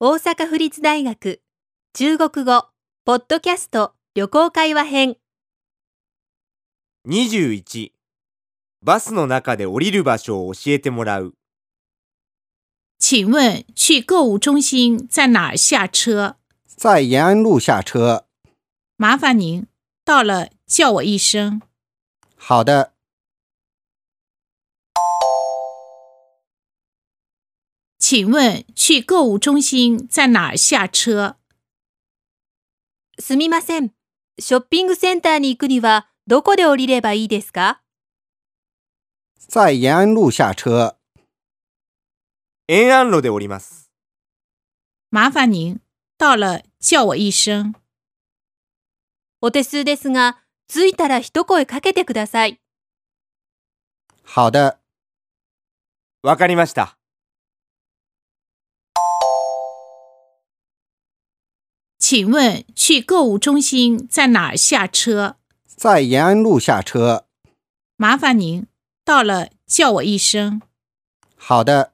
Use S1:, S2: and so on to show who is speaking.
S1: 大阪府立大学中国語ポッドキャスト旅行会話編
S2: 21バスの中で降りる場所を教えてもらう
S3: 请问去购物中心在哪儿下车？
S4: 在延安路下车。
S3: 麻烦您到了叫我一声。
S4: 好的，
S3: 请问去购物中心在哪儿下车？
S1: すみませんショッピングセンターに行くにはどこで降りればいいですか
S4: 在延安路下车。
S2: 延安路で降ります
S3: 麻烦您到了叫我一声。
S1: お手数ですが着いたら一声かけてください
S4: 好的，
S2: わかりました
S3: 请问去购物中心在哪儿下车？
S4: 在延安路下车。
S3: 麻烦您到了叫我一声。
S4: 好的。